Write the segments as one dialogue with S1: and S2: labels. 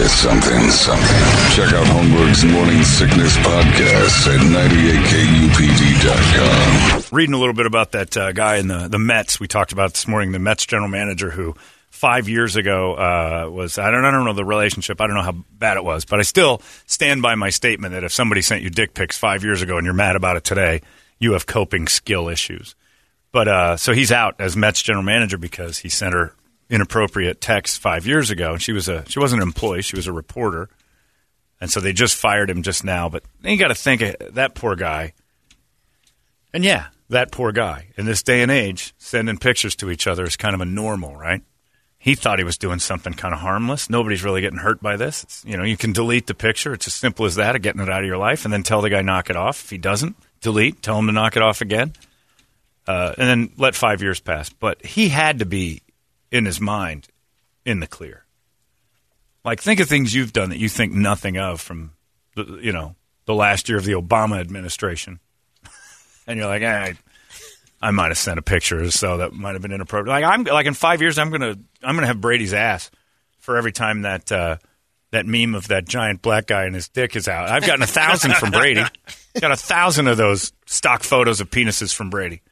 S1: It's something, something. Check out Holmberg's Morning Sickness Podcast at 98kupd.com.
S2: reading a little bit about that uh, guy in the, the Mets we talked about this morning, the Mets general manager who five years ago uh, was I don't I don't know the relationship I don't know how bad it was, but I still stand by my statement that if somebody sent you dick pics five years ago and you're mad about it today, you have coping skill issues. But uh, so he's out as Mets general manager because he sent her inappropriate texts five years ago, and she was a she wasn't an employee, she was a reporter, and so they just fired him just now. But then you got to think uh, that poor guy. And yeah, that poor guy in this day and age, sending pictures to each other is kind of a normal, right? He thought he was doing something kind of harmless. Nobody's really getting hurt by this. It's, you know, you can delete the picture. It's as simple as that of getting it out of your life and then tell the guy knock it off. If he doesn't, delete, tell him to knock it off again. Uh, and then let five years pass. But he had to be in his mind in the clear. Like, think of things you've done that you think nothing of from, the, you know, the last year of the Obama administration and you're like, eh, I, I might have sent a picture, so that might have been inappropriate. Like I'm like in five years, I'm gonna I'm gonna have Brady's ass for every time that uh, that meme of that giant black guy and his dick is out. I've gotten a thousand from Brady. Got a thousand of those stock photos of penises from Brady.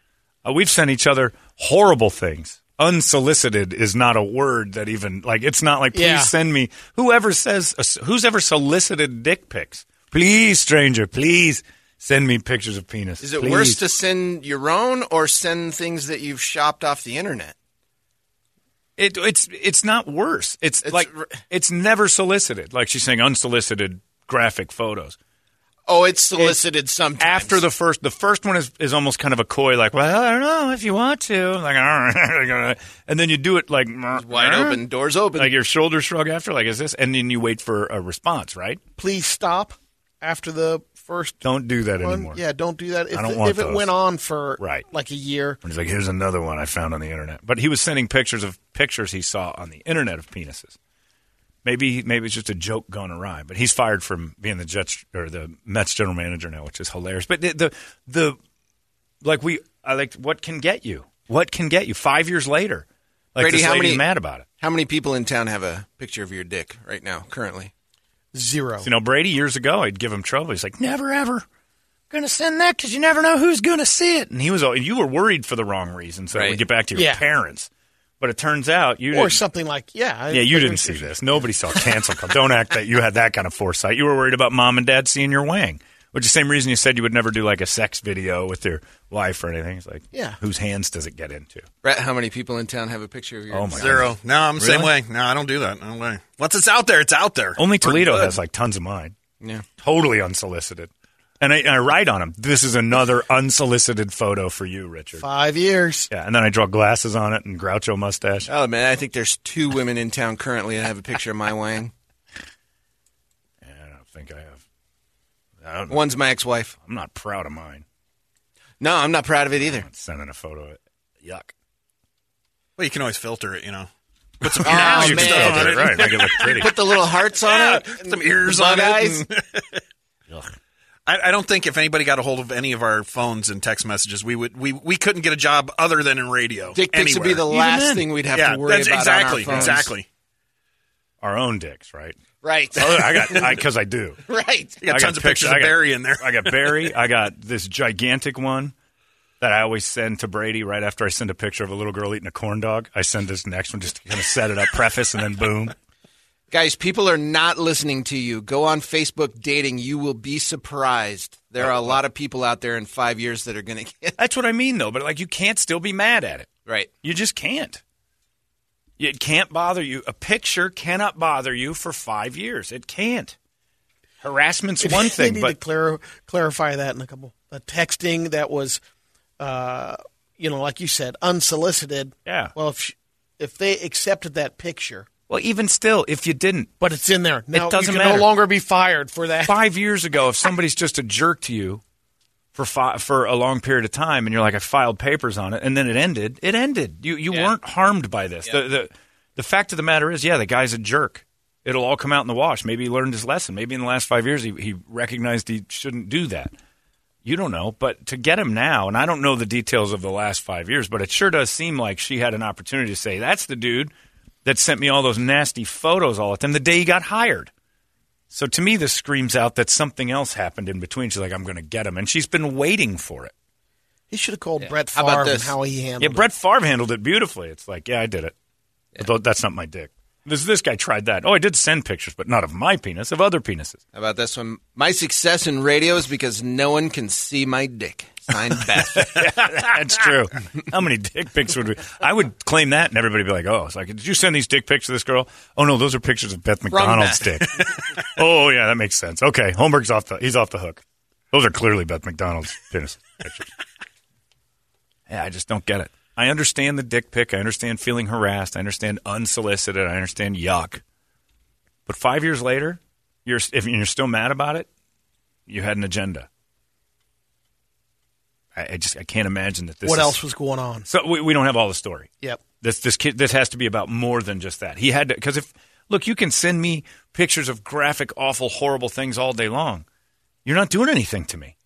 S2: Uh, we've sent each other horrible things. Unsolicited is not a word that even like it's not like please
S3: Yeah.
S2: send me whoever says uh, who's ever solicited dick pics. Please, stranger, please send me pictures of penis.
S3: Is it
S2: Please.
S3: worse to send your own or send things that you've shopped off the internet?
S2: It, it's it's not worse. It's,
S3: It's
S2: like
S3: r-
S2: it's never solicited. Like she's saying, unsolicited graphic photos.
S3: Oh, it's solicited sometimes.
S2: After the first, the first one is, is almost kind of a coy, like, well, I don't know if you want to, like, all right. and then you do it like
S3: wide open, doors open.
S2: like your shoulder shrug after, like, is this? And then you wait for a response, right?
S4: please stop after the first
S2: Don't do that
S4: one.
S2: anymore.
S4: Yeah, don't do that. If,
S2: I don't want
S4: if it
S2: those.
S4: went on for
S2: Right.
S4: like a year,
S2: And he's like, here's another one I found on the internet. But he was sending pictures of pictures he saw on the internet of penises. Maybe maybe it's just a joke gone awry. But he's fired from being the Jets or the Mets general manager now, which is hilarious. But the the, the like we I like what can get you? What can get you? Five years later, like
S3: Brady,
S2: this
S3: how
S2: lady's
S3: many-
S2: mad about it.
S3: How many people in town have a picture of your dick right now, currently?
S4: zero.
S2: You know, Brady years ago, I'd give him trouble. He's like, never ever gonna send that because you never know who's gonna see it. And he was, all- you were worried for the wrong reasons. So it
S3: Right.
S2: would get back to your
S4: Yeah.
S2: parents. But it turns out you
S4: or
S2: didn't-
S4: something like yeah. I-
S2: Yeah, you
S4: like,
S2: didn't see this. Nobody saw cancel culture. Don't act that you had that kind of foresight. You were worried about mom and dad seeing your wang, which is the same reason you said you would never do like a sex video with your wife or anything. It's like,
S4: Yeah.
S2: whose hands does it get into?
S3: Brett, how many people in town have a picture of your?
S2: Oh my god!
S5: Zero. No, I'm the same way. No, I don't do that. No way. Once it's out there, it's out there.
S2: Only
S5: We're
S2: Toledo
S5: good.
S2: has like tons of mine,
S3: Yeah.
S2: totally unsolicited. And I, and I write on them. This is another unsolicited photo for you, Richard.
S4: five years.
S2: Yeah, and then I draw glasses on it and Groucho mustache.
S3: Oh man, I think there's two women in town currently that have a picture of my wang.
S2: Yeah, I don't think I have. I don't,
S3: One's my ex-wife.
S2: I'm not proud of mine.
S3: No, I'm not proud of it either.
S2: Sending a photo. of it. Yuck.
S5: Well, you can always filter it, you know.
S3: Oh,
S2: you can still
S3: man.
S2: do it right. Make it look pretty.
S3: Put the little hearts on it.
S5: Some ears
S3: Bug
S5: on
S3: eyes.
S5: it. and- I, I don't think if anybody got a hold of any of our phones and text messages, we would we, we couldn't get a job other than in radio.
S3: Dick pics would be the
S5: anywhere.
S3: last thing we'd have
S5: yeah,
S3: to worry
S5: that's
S3: about. on our
S5: exactly
S3: phones.
S5: exactly.
S2: our own dicks, right?
S3: Right.
S2: Oh, I got because I, do.
S3: right.
S5: You got
S2: I
S5: tons of pictures
S2: I
S5: of
S2: got-
S5: Barry in there.
S2: I got Barry. I got this gigantic one that I always send to Brady right after I send a picture of a little girl eating a corn dog. I send this next one just to kind of set it up, preface, and then boom.
S3: Guys, people are not listening to you. Go on Facebook dating. You will be surprised. There are a lot of people out there in five years that are going to get
S2: That's what I mean, though. But like, you can't still be mad at it.
S3: right.
S2: You just can't. It can't bother you. A picture cannot bother you for five years. It can't. Harassment's one
S4: they
S2: thing,
S4: need to
S2: but
S4: clar- clarify that in a couple. The texting that was, uh, you know, like you said, unsolicited.
S2: Yeah.
S4: Well, if sh if they accepted that picture,
S2: Well, even still, if you didn't,
S4: But it's in there. Now,
S2: doesn't
S4: you can
S2: matter.
S4: no longer be fired for that.
S2: five years ago, if somebody's just a jerk to you for fi- for a long period of time, and you're like, I filed papers on it, and then it ended, it ended. You you weren't harmed by this. The, the the fact of the matter is, yeah, the guy's a jerk. It'll all come out in the wash. Maybe he learned his lesson. Maybe in the last five years, he, he recognized he shouldn't do that. You don't know, but to get him now, and I don't know the details of the last five years, but it sure does seem like she had an opportunity to say, "That's the dude that sent me all those nasty photos all the time." The day he got hired, so to me, this screams out that something else happened in between. She's like, "I'm going to get him," and she's been waiting for it.
S4: He should have called Brett
S3: How
S4: Favre
S3: about
S4: and
S3: this?
S4: how he handled
S2: Yeah, Brett Favre handled it beautifully. It's like, yeah, I did it, but th- that's not my dick. This this guy tried that. Oh, I did send pictures, but not of my penis, of other penises.
S3: How about this one? My success in radio is because no one can see my dick. Signed, Beth.
S2: That's true. How many dick pics would we? I would claim that, and everybody would be like, "Oh, it's like, did you send these dick pics to this girl?" Oh no, those are pictures of Beth McDonald's dick. oh yeah, that makes sense. Okay, Holmberg's off the he's off the hook. Those are clearly Beth McDonald's penis pictures. Yeah, I just don't get it. I understand the dick pic. I understand feeling harassed. I understand unsolicited. I understand yuck. But five years later, you're if you're still mad about it, you had an agenda. I, I just I can't imagine that this.
S4: what
S2: is-
S4: else was going on?
S2: So we, we don't have all the story.
S4: Yep.
S2: This this kid this has to be about more than just that. He had to because if look, you can send me pictures of graphic, awful, horrible things all day long. You're not doing anything to me.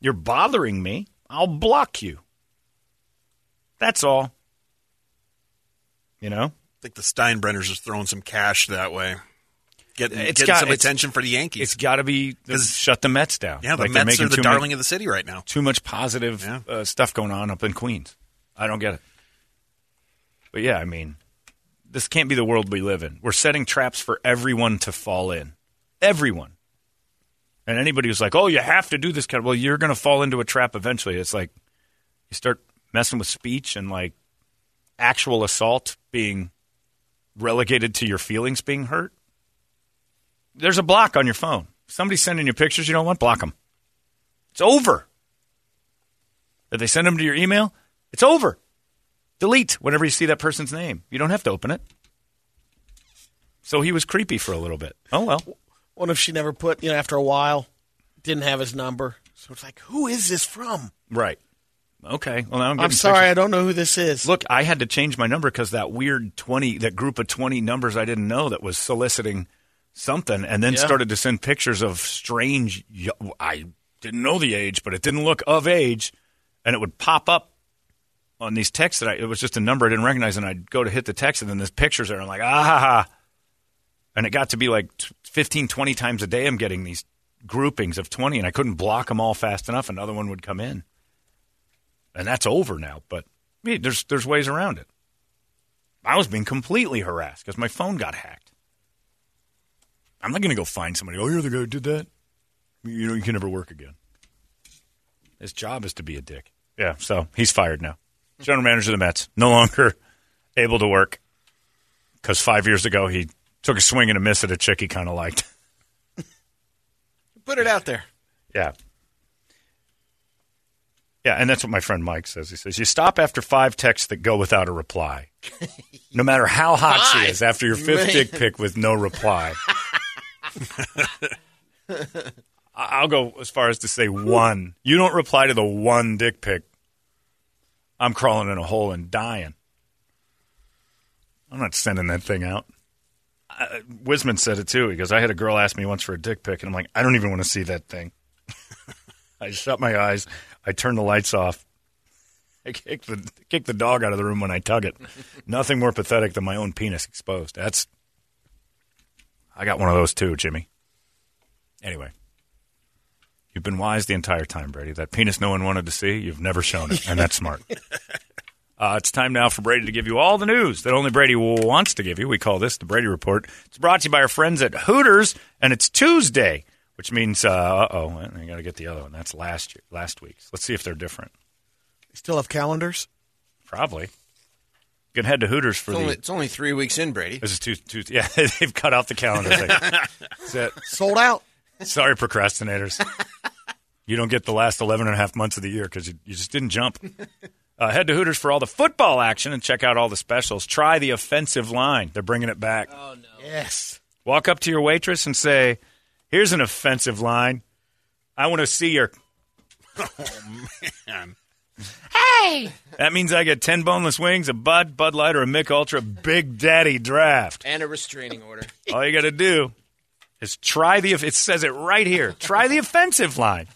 S2: You're bothering me. I'll block you. That's all. You know.
S5: think the Steinbrenners are throwing some cash that way, getting,
S2: It's
S5: getting
S2: got-
S5: some
S2: it's-
S5: attention for the
S2: It's
S5: Yankees.
S2: got to be
S5: 'Cause-
S2: shut the Mets down.
S5: yeah, the
S2: Like, they're
S5: Mets
S2: making
S5: are the
S2: too
S5: darling
S2: many-
S5: of the city right now.
S2: too much positive
S5: Yeah.
S2: uh, stuff going on up in Queens. I don't get it. But yeah, I mean, this can't be the world we live in. We're setting traps for everyone to fall in. Everyone. And anybody who's like, oh, you have to do this kind of, well, you're going to fall into a trap eventually. It's like you start messing with speech and like actual assault being relegated to your feelings being hurt. There's a block on your phone. If Somebody's sending you pictures you don't want, block them. It's over. If they send them to your email, it's over. Delete whenever you see that person's name. You don't have to open it. So he was creepy for a little bit. Oh well.
S4: What if she never put, you know, after a while, didn't have his number? So it's like, who is this from?
S2: Right. Okay. Well, now I'm,
S4: I'm
S2: getting
S4: sorry,
S2: pictures.
S4: I don't know who this is.
S2: Look, I had to change my number because that weird twenty, that group of twenty numbers I didn't know that was soliciting something, and then started to send pictures of strange. yo- I didn't know the age, but it didn't look of age, and it would pop up on these texts that I, it was just a number I didn't recognize, and I'd go to hit the text, and then this pictures there, and I'm like, ah, ha, ha. and it got to be like t- 15, 20 times a day. I'm getting these groupings of twenty, and I couldn't block them all fast enough. Another one would come in, and that's over now. But I mean, there's there's ways around it. I was being completely harassed because my phone got hacked. I'm not going to go find somebody. Oh, you're the guy who did that. You know, you can never work again. His job is to be a dick. Yeah, so he's fired now. General manager of the Mets, no longer able to work because five years ago he took a swing and a miss at a chick he kind of liked.
S3: Put it out there.
S2: Yeah. Yeah, and that's what my friend Mike says. He says, You stop after five texts that go without a reply. No matter how hot she is, after your fifth dick pic with no reply. I- I'll go as far as to say one. You don't reply to the one dick pic. I'm crawling in a hole and dying. I'm not sending that thing out. Uh, Wisman said it too. He goes, I had a girl ask me once for a dick pic, and I'm like, I don't even want to see that thing. I shut my eyes. I turn the lights off. I kick the kick the dog out of the room when I tug it. Nothing more pathetic than my own penis exposed. That's. I got one of those too, Jimmy. Anyway, you've been wise the entire time, Brady. That penis no one wanted to see, you've never shown it, and that's smart. Uh, it's time now for Brady to give you all the news that only Brady wants to give you. We call this the Brady Report. It's brought to you by our friends at Hooters, and it's Tuesday, which means uh oh, I got to get the other one. That's last year, last week's. Let's see if they're different.
S4: They still have calendars?
S2: Probably. You can head to Hooters for
S3: It's
S2: the.
S3: only, it's only three weeks in, Brady.
S2: this is Tues- Tues- Yeah, they've cut off the calendar. It's like, that's it.
S4: Sold out.
S2: Sorry, procrastinators. you don't get the last 11 and a half months of the year because you, you just didn't jump. Uh, head to Hooters for all the football action and check out all the specials. Try the offensive line. They're bringing it back.
S4: Yes.
S2: Walk up to your waitress and say, Here's an offensive line. I want to see your.
S5: Man.
S2: That means I get 10 boneless wings, a Bud, Bud Light, or a Mick Ultra Big Daddy draft.
S3: And a restraining order.
S2: All you got to do is try the. It says it right here. Try the offensive line.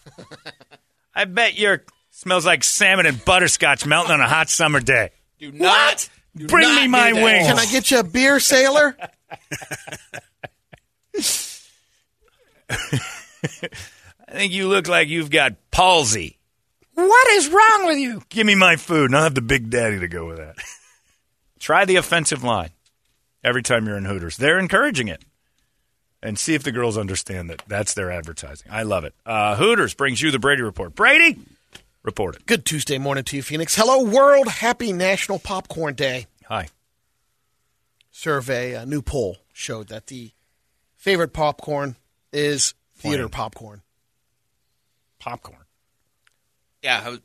S2: I bet your smells like salmon and butterscotch melting on a hot summer day.
S3: Do not. do
S2: Bring
S3: not
S2: me
S3: do
S2: my
S3: that.
S2: wings.
S4: Can I get you a beer, sailor?
S2: I think you look like you've got palsy. What is wrong with you? Give me my food, and I'll have the Big Daddy to go with that. Try the offensive line every time you're in Hooters. They're encouraging it. And see if the girls understand that that's their advertising. I love it. Uh, Hooters brings you the Brady Report. Brady, report it.
S4: Good Tuesday morning to you, Phoenix. Hello, world. Happy National Popcorn Day.
S2: Hi.
S4: Survey, a new poll showed that the favorite popcorn is theater popcorn.
S2: Popcorn.
S3: Yeah. I was-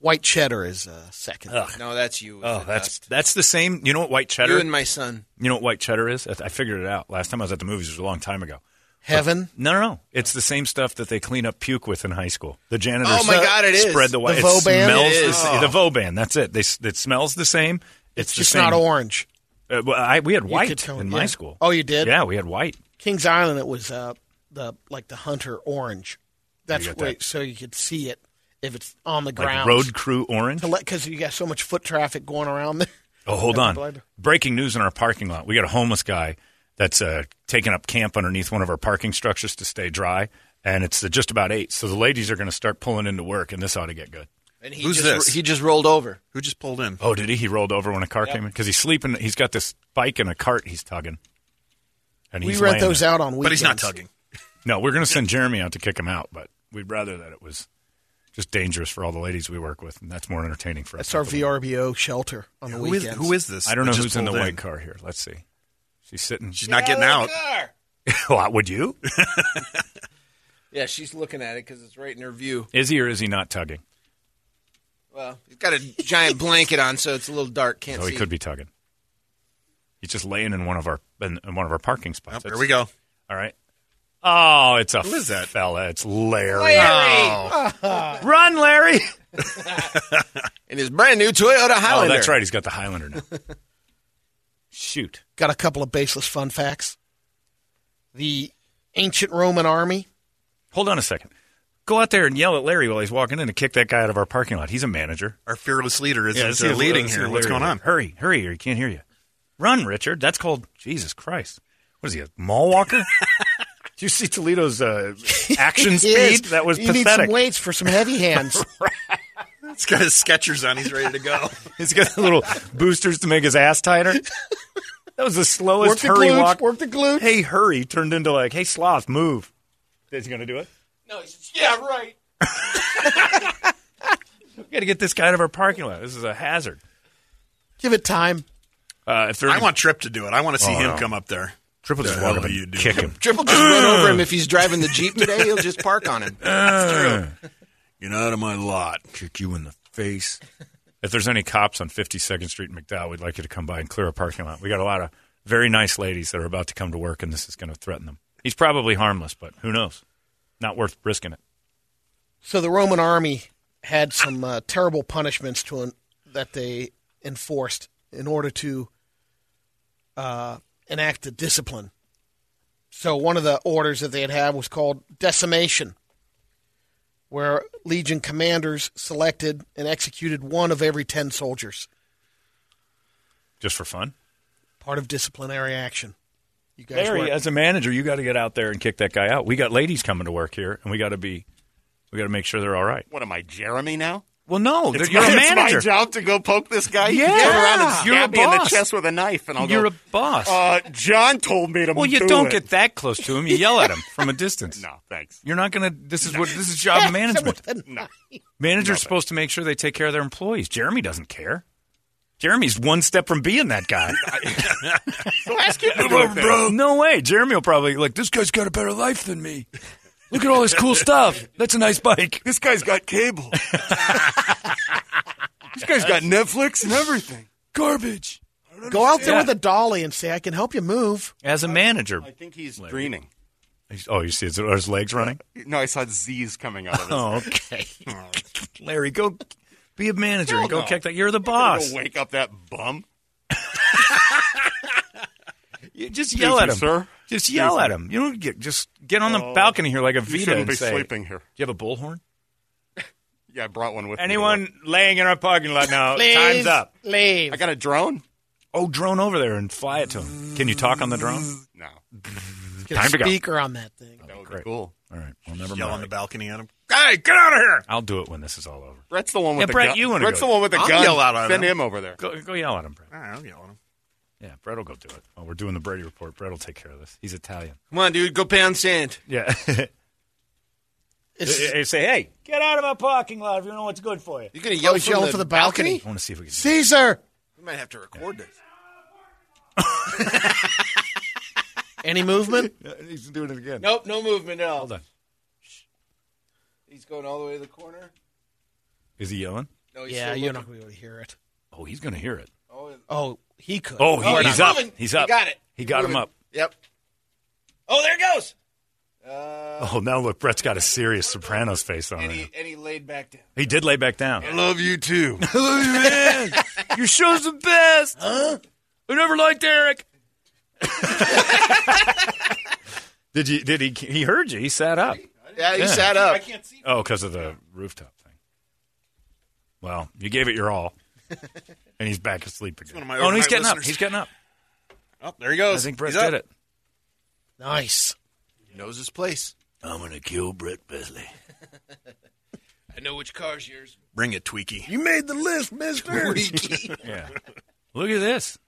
S4: White cheddar is uh, second.
S3: No, that's you. with
S2: Oh,
S3: the
S2: that's
S3: dust.
S2: that's the same. You know what white cheddar?
S3: you and my son.
S2: you know what white cheddar is? I I figured it out last time I was at the movies. It was a long time ago.
S4: Heaven.
S2: No, no, no. It's the same stuff that they clean up puke with in high school. The janitor.
S3: Oh, my God, it is.
S2: Spread the white.
S4: The Vauban?
S2: It smells
S3: It
S2: the
S3: is.
S2: sa- the Vauban. That's it. They, s- it smells the same. It's,
S4: It's
S2: the
S4: just
S2: same.
S4: not orange.
S2: Uh, well, I, we had
S4: could
S2: white
S4: tell,
S2: in
S4: yeah.
S2: my school.
S4: Oh, you did?
S2: Yeah, we had white.
S4: Kings Island, it was uh, the like the hunter orange. That's
S2: got
S4: where,
S2: that.
S4: so you could see it if it's on the
S2: Like
S4: ground.
S2: road crew orange.
S4: because you got so much foot traffic going around there.
S2: Oh, hold
S4: Have a
S2: on.
S4: blinder.
S2: Breaking news in our parking lot. We got a homeless guy that's uh, taking up camp underneath one of our parking structures to stay dry, and it's uh, just about eight. So the ladies are going to start pulling into work, and this ought to get good.
S3: And he
S5: Who's
S3: just,
S5: this?
S3: He just rolled over.
S5: Who just pulled in?
S2: Oh, did he? He rolled over when a car came in because he's sleeping. He's got this bike and a cart he's tugging. And
S4: We
S2: he's
S4: rent
S2: laying
S4: those
S2: there.
S4: out on weekends.
S5: But he's not tugging.
S2: No, we're going to send Jeremy out to kick him out, but we'd rather that it was just dangerous for all the ladies we work with, and that's more entertaining for us.
S4: That's our VRBO shelter on the
S5: Who is,
S4: weekends.
S5: who is this?
S2: I don't
S5: that
S2: know
S5: just
S2: who's in the
S5: pulled
S2: white car here. Let's see. She's sitting.
S5: She's not getting out.
S2: Well, would you?
S3: Yeah, she's looking at it because it's right in her view.
S2: Is he or is he not tugging?
S3: Well, he's got a giant blanket on, so it's a little dark. Can't
S2: Oh,
S3: see.
S2: he could be tugging. He's just laying in one of our in, in one of our parking
S5: Oh,
S2: spots.
S5: there we go.
S2: All right. Oh, it's a
S5: Who is that?
S2: fella. It's Larry. Oh.
S3: Larry!
S2: Run, Larry.
S3: In his brand new Toyota
S2: Oh,
S3: Highlander.
S2: that's right. He's got the Highlander now. Shoot.
S4: Got a couple of baseless fun facts. The ancient Roman army.
S2: Hold on a second. Go out there and yell at Larry while he's walking in to kick that guy out of our parking lot. He's a manager.
S5: Our fearless leader is
S2: let's
S5: uh,
S2: see if-
S5: leading
S2: let's see
S5: here.
S2: if
S5: What's
S2: Larry-
S5: going on?
S2: Hurry, hurry, or he can't hear you. Run, Richard. That's called Jesus Christ. What is he, a mall walker? Do you see Toledo's uh, action
S4: He is.
S2: speed? That was
S4: you need
S2: pathetic.
S4: some weights for some heavy hands.
S5: He's got his Skechers on. He's ready to go.
S2: He's got little boosters to make his ass tighter. That was the
S4: work
S2: slowest
S4: the
S2: hurry
S4: glutes.
S2: walk.
S4: Work the glutes.
S2: Hey, hurry turned into like, hey, sloth, move. Is he going to do it?
S3: No, he says, yeah, right.
S2: We got to get this guy out of our parking lot. This is a hazard.
S4: Give it time.
S2: Uh, if they're
S5: I want Trip to do it. I want to see
S2: Oh,
S5: him
S2: no.
S5: come up there.
S2: triple
S5: the
S2: just
S5: hell
S2: walk up
S5: do you
S2: and
S5: do?
S2: kick him.
S3: Triple just run over him if he's driving the Jeep today. He'll just park on him.
S5: Get out of my lot.
S2: Kick you in the face. If there's any cops on 52nd Street in McDowell, we'd like you to come by and clear a parking lot. We got a lot of very nice ladies that are about to come to work, and this is going to threaten them. He's probably harmless, but who knows? Not worth risking it.
S4: So the Roman army had some uh, terrible punishments to that they enforced in order to uh, enact the discipline. So one of the orders that they had had was called decimation, where legion commanders selected and executed one of every ten soldiers.
S2: Just for fun.
S4: Part of disciplinary action. You guys
S2: Larry,
S4: weren't-
S2: as a manager, you got to get out there and kick that guy out. We got ladies coming to work here, and we got to be, we got to make sure they're all right.
S6: What am I, Jeremy now?
S2: Well, no,
S6: It's
S2: you're
S6: my,
S2: a
S6: It's
S2: manager.
S6: my job to go poke this guy.
S2: Yeah.
S6: turn around and stab
S2: You're a
S6: me in the
S2: boss.
S6: chest with a knife, and I'll
S2: You're a
S6: go.
S2: boss.
S6: uh, John told me to.
S2: well, you
S6: do
S2: not
S6: it.
S2: get that close to him. You yell at him from a distance.
S6: No, thanks.
S2: You're not going to. This is what this is job management.
S6: No.
S2: Managers supposed to make sure they take care of their employees. Jeremy doesn't care. Jeremy's one step from being that guy.
S6: So ask him to do it then.
S2: No way. Jeremy will probably like this guy's got a better life than me. Look at all this cool stuff. That's a nice bike.
S6: This guy's got cable.
S7: This guy's got Netflix and everything. Garbage.
S4: Go out there
S2: Yeah.
S4: with a dolly and say, I can help you move.
S2: As a manager,
S7: I think he's dreaming.
S2: oh, you see, his, are his legs running.
S7: No, I saw Z's coming out of his
S2: Oh, okay. Larry, go be a manager and go kick that. You're the boss.
S7: Go wake up that bum.
S2: You just yell at him,
S7: Excuse me, sir.
S2: Just yell at him. You don't get just get on the balcony here like a
S7: You
S2: Vita
S7: shouldn't
S2: and
S7: be
S2: say,
S7: sleeping here.
S2: Do you have a bullhorn?
S7: Yeah, I brought one with me.
S2: Anyone laying in our parking lot now? time's up.
S4: Leave.
S7: I got a drone?
S2: Oh, drone over there and fly it to him. Can you talk on the drone?
S7: No.
S4: Get a
S2: Time to go.
S4: speaker on that thing.
S7: That would
S2: Oh, Great.
S7: be cool.
S2: All right. Well, never
S5: Yell on
S2: mind.
S5: the balcony at him.
S2: Hey, get out of here! I'll do it when this is all over.
S7: Brett's the one with
S2: Yeah,
S7: the
S2: Brett,
S7: gun.
S2: you wanna
S7: Brett's
S2: go.
S7: the one with the
S5: I'll
S7: gun.
S5: yell out at
S7: Send
S5: him.
S7: him over there.
S2: Go, go yell at him, Brett.
S5: All right, Ah, I'll yell at him.
S2: Yeah, Brett will go do it. While we're doing the Brady report, Brett will take care of this. He's Italian.
S3: Come on, dude, go pound sand.
S2: Yeah.
S4: It's-
S2: say, hey, get out of my parking lot if you know what's good for you.
S3: You gonna
S4: Oh,
S3: yell,
S4: he's
S3: from,
S4: yelling
S3: the
S4: for the balcony?
S2: I want to see if we can.
S4: Caesar!
S3: We might have to record this.
S4: Any movement?
S2: He's doing it again.
S3: Nope, no movement at all.
S2: Hold on.
S3: He's going all the way to the corner.
S2: Is he yelling?
S3: No, he's
S4: yeah,
S3: still
S4: you're
S3: looking.
S4: not going to be able to hear it.
S2: Oh, he's going to hear it.
S4: Oh, he could.
S2: Oh, he-
S3: Oh,
S2: he's
S3: he's
S2: up.
S3: moving.
S2: He's
S3: He
S2: up.
S3: got it.
S2: He got him
S3: Moving.
S2: up.
S3: Yep. Oh, there it goes.
S2: Oh, now look, Brett's got a serious Sopranos face on.
S3: And
S2: Right now.
S3: he and he laid back down.
S2: He did lay back down.
S7: Love you too.
S2: Your show's the best. Huh? I never liked Eric. did you? Did he? He heard you. He sat up.
S3: Yeah, he sat up.
S2: Oh, because of the rooftop thing. Well, you gave it your all, and he's back asleep again.
S5: one of my
S2: oh, no, he's
S5: overnight
S2: getting up.
S5: listeners.
S2: He's getting up.
S5: Oh, there he
S2: I
S5: goes.
S2: think Brett
S5: He's up.
S2: did it.
S4: Nice.
S3: He knows his place.
S2: I'm gonna kill Brett Besley.
S3: I know which car's yours.
S5: Bring it, Tweaky.
S7: you made the list, mister.
S2: Yeah. Look at this.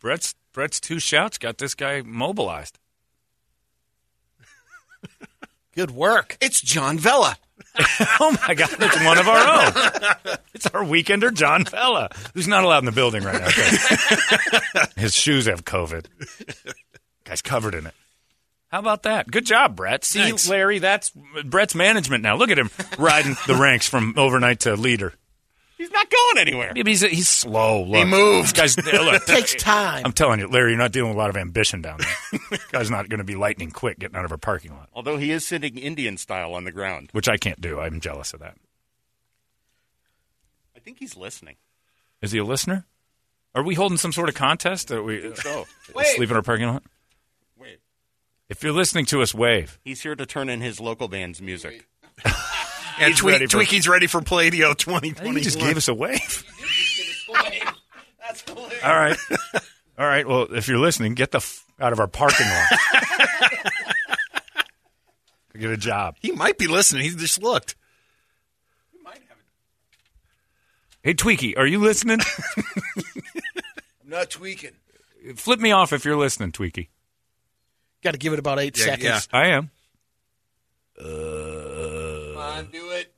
S2: Brett's Brett's two shouts got this guy mobilized.
S4: Good work.
S3: It's John Vella.
S2: Oh my God, it's one of our own. It's our weekender, John Fella, who's not allowed in the building right now. 'cause His shoes have COVID. Guy's covered in it. How about that? Good job, Brett. See,
S5: Thanks.
S2: Larry, that's Brett's management now. Look at him riding the ranks from overnight to leader.
S7: He's not going anywhere.
S2: Maybe he's, he's slow. Look.
S5: He moved.
S2: This guy's, look,
S4: Takes time.
S2: I'm telling you, Larry, you're not dealing with a lot of ambition down there. This guy's not going to be lightning quick getting out of a parking lot,
S7: Although he is sitting Indian style on the ground.
S2: which I can't do. I'm jealous of that.
S7: I think he's listening.
S2: Is he a listener? Are we holding some sort of contest? Are we
S7: So
S2: sleep in our parking lot?
S7: Wait.
S2: If you're listening to us, wave.
S7: he's here to turn in his local band's music.
S5: And Tweak,
S2: ready for-
S5: Tweaky's ready for Palladio 2021.
S2: He just gave us a wave. All right. All right. Well, if you're listening, get the f- out of our parking lot. get a job.
S5: He might be listening. He just looked.
S2: Hey, Tweaky, are you listening?
S3: I'm not tweaking.
S2: Flip me off if you're listening, Tweaky.
S4: Got to give it about eight
S5: Yeah,
S4: seconds.
S5: yeah.
S2: I am.
S3: Come on, do it.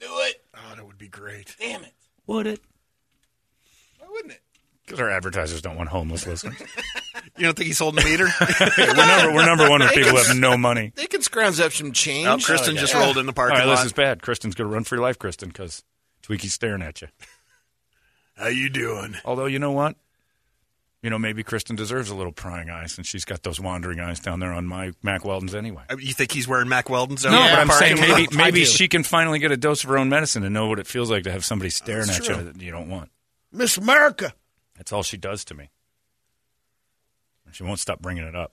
S3: Do it.
S5: Oh, that would be great.
S3: Damn it.
S2: Would it?
S3: Why wouldn't it?
S2: Because our advertisers don't want homeless listeners.
S5: You don't think he's holding the meter?
S2: we're, number, we're number one with people who have no money.
S3: They can scrounge up some change.
S5: oh, Kristen just rolled in the
S2: All
S5: parking
S2: right,
S5: lot.
S2: this is bad. Kristen's going to run for your life, Kristen, because Tweaky's staring at you.
S5: How you doing?
S2: Although you know what, you know maybe Kristen deserves a little prying eye since she's got those wandering eyes down there on my Mac Weldon's anyway.
S5: Uh, You think he's wearing Mac Weldon's?
S2: No, but I'm saying maybe
S4: I
S2: maybe
S4: do.
S2: she can finally get a dose of her own medicine and know what it feels like to have somebody staring at you that you don't want.
S4: Miss America.
S2: That's all she does to me. And she won't stop bringing it up.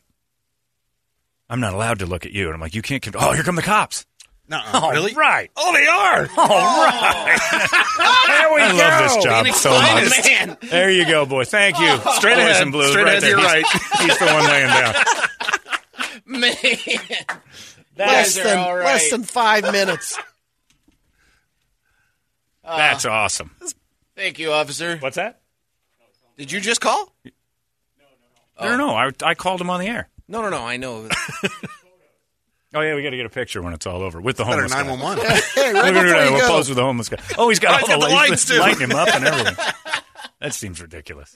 S2: I'm not allowed to look at you, and I'm like, you can't. Con- oh, here come the cops! Ah,
S5: No, really?
S2: Right.
S5: Oh, they are.
S2: There we I love this job so much.
S5: man.
S2: There you go, boy. Thank you. Straight ahead, and blue.
S5: Oh. Straight
S2: right
S5: ahead,
S2: there.
S5: you're
S2: He's- He's the one laying down.
S3: Man.
S4: Less
S3: Guys are
S4: than,
S3: all right.
S4: less than five minutes.
S5: Uh.
S2: That's awesome.
S3: Thank you, officer.
S2: What's that?
S3: Did you just call?
S2: No,
S5: Oh.
S2: no, I, I called him on the air.
S3: No, no, no. I know.
S2: Oh yeah, we got to get a picture when it's all over with the
S5: Better
S2: homeless guy.
S5: 911.
S4: hey, right
S2: Look at
S4: before
S2: that,
S4: you
S2: we'll
S4: go.
S2: pose with the homeless guy. Oh, he's got
S5: he's
S2: all
S5: got the lights, too.
S2: lighting him up and everything. that seems ridiculous.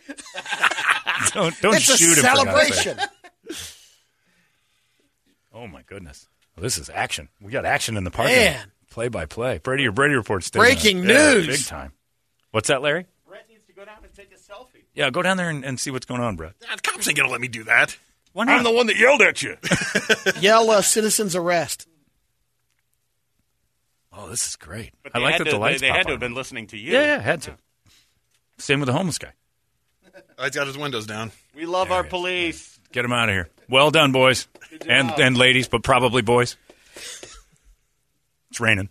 S2: don't don't
S4: It's a
S2: shoot him. for God's sake.
S4: celebration.
S2: Oh my goodness, Well, this is action. We got action in the parking.
S4: Man.
S2: lot. Play by play. Brady, your Brady report's
S4: Breaking
S2: Yeah,
S4: news.
S2: big time. What's that, Larry?
S7: Brett needs to go down and take a selfie.
S2: Yeah, go down there and, and see what's going on, Brett.
S5: Ah, the cops ain't gonna let me do that.
S2: Why not?
S6: I'm the one that yelled at you.
S4: Yell uh, citizens arrest.
S2: oh, this is great.
S7: But
S2: I
S7: they
S2: like
S7: had
S2: that
S7: to,
S2: the lights
S7: They, they
S2: pop
S7: had to
S2: on.
S7: have been listening to you.
S2: Yeah, yeah, had to. Same with the homeless guy.
S5: Oh, he's got his windows down.
S7: We love our police.
S2: Get him out of here. Well done, boys and and ladies, but probably boys. It's raining.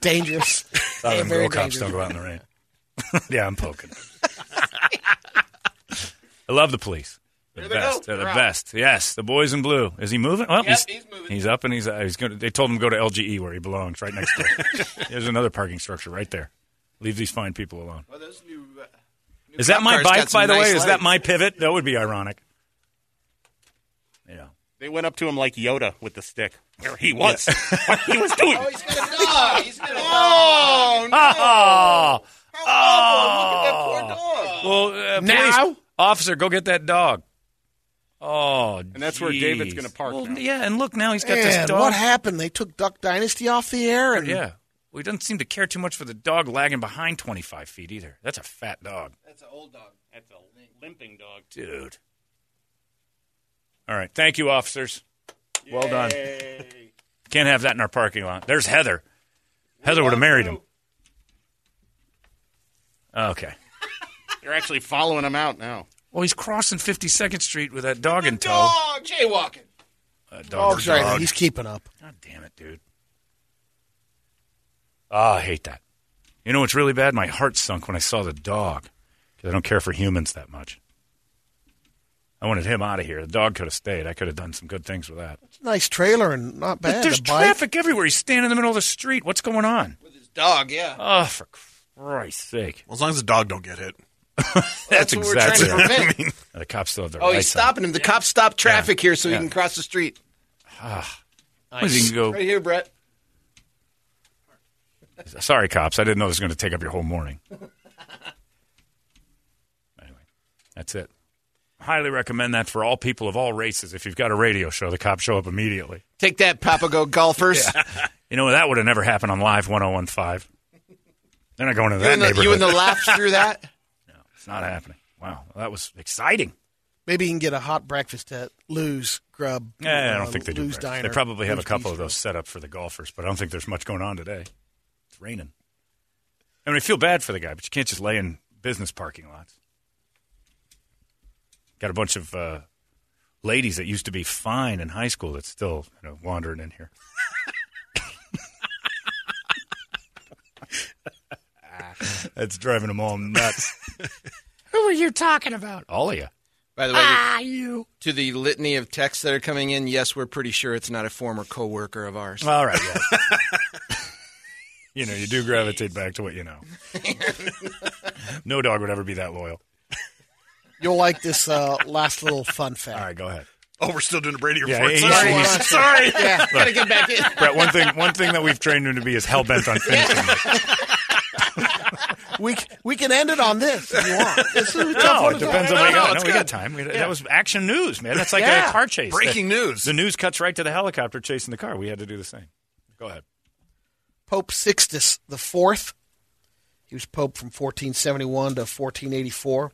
S4: Dangerous.
S2: Oh,
S4: very
S2: real cops don't
S4: dangerous.
S2: go out in the rain. yeah, I'm poking. I love the police. They're the best. They're the best. Yes, the boys in blue. Is he moving? Well, he's, he's moving. He's up and he's uh, he's going. They told him to go to LGE where he belongs, right next door. There's another parking structure right there. Leave these fine people alone. uh, Is that
S5: cop
S2: my
S5: car's got
S2: bike,
S5: some
S2: by the
S5: nice
S2: way? Is that
S5: lights.
S2: my pivot? That would be ironic. Yeah.
S7: They went up to him like Yoda with the stick. Where he was. what he was doing.
S3: He's gonna die. He's gonna
S2: Oh,
S3: Poor dog.
S2: well, uh,
S4: Now?
S2: police officer, go get that dog. Oh, and
S7: that's where David's gonna park
S2: Well,
S7: now.
S2: yeah, and look now he's got this
S4: Man,
S2: dog.
S4: what happened? They took Duck Dynasty off the air, and
S2: Yeah, well, he doesn't seem to care too much for the dog lagging behind twenty five feet either. That's a fat dog,
S7: That's an old dog. That's a limping dog.
S2: dude. All right, thank you, officers. Well done. Can't have that in our parking lot. There's Heather. Heather would have married him. Okay.
S7: They're actually following him out now.
S2: Well, Oh, he's crossing 52nd Street with that dog in tow.
S3: Oh, jaywalking.
S2: That
S4: oh,
S2: dog.
S4: sorry, he's keeping up.
S2: God damn it, dude. Ah, I hate that. You know what's really bad? My heart sunk when I saw the dog because I don't care for humans that much. I wanted him out of here. The dog could have stayed. I could have done some good things with that.
S4: Nice trailer and not bad.
S2: But there's
S4: The bike.
S2: traffic everywhere. He's standing in the middle of the street. What's going on?
S3: With his dog, yeah.
S2: Oh, for Christ's sake.
S5: Well, as long as the dog don't get hit.
S2: That's,
S3: what we're trying to
S2: exactly it.
S3: prevent.
S2: The cops still have their
S3: Oh, he's
S2: lights on.
S3: stopping him. The cops stopped traffic here so he can cross the street.
S2: What is he can
S3: Right here, Brett.
S2: go, Sorry, cops. I didn't know this was going to take up your whole morning. anyway, that's it. Highly recommend that for all people of all races. If you've got a radio show, the cops show up immediately.
S3: Take that, Papago golfers.
S2: You know, that would have never happened on Live 1015. They're not going to
S3: You
S2: that
S3: and the,
S2: neighborhood.
S3: you and the laughs through that.
S2: it's not happening. Wow. That was exciting.
S4: Maybe you can get a hot breakfast at Lou's Grub.
S2: Yeah, I
S4: uh,
S2: don't think they do.
S4: Lou's
S2: breakfast.
S4: Diner.
S2: They probably have
S4: Lou's
S2: a couple of
S4: Bistro.
S2: those set up for the golfers, but I don't think there's much going on today. It's raining. I mean, I feel bad for the guy, but you can't just lay in business parking lots. Got a bunch of uh, ladies that used to be fine in high school that's still you know, wandering in here. that's driving them all nuts. Who are you talking about? All of you.
S3: By the way, to the litany of texts that are coming in, yes, we're pretty sure it's not a former coworker of ours.
S2: All right, yeah. you know, you do gravitate back to what you know. no dog would ever be that loyal.
S4: You'll like this uh, last little fun fact.
S2: All right, go ahead.
S5: Oh, we're still doing a radio
S2: Yeah,
S5: report.
S2: he's-
S5: Sorry.
S2: he's-
S5: Sorry.
S3: Gotta get back in.
S2: Brett, one thing, one thing that we've trained him to be is hell bent on finishing. it.
S4: We c- we can end it on this if you want. This is a tough
S2: No,
S4: one
S2: it
S4: to
S2: depends on
S4: talk
S2: what you
S4: about.
S2: got. No, we got time. We- That was action news, man. That's like
S4: Yeah.
S2: a car chase.
S5: Breaking news.
S2: The news cuts right to the helicopter chasing the car. We had to do the same. Go ahead.
S4: Pope Sixtus the Fourth. He was pope from 1471 to 1484.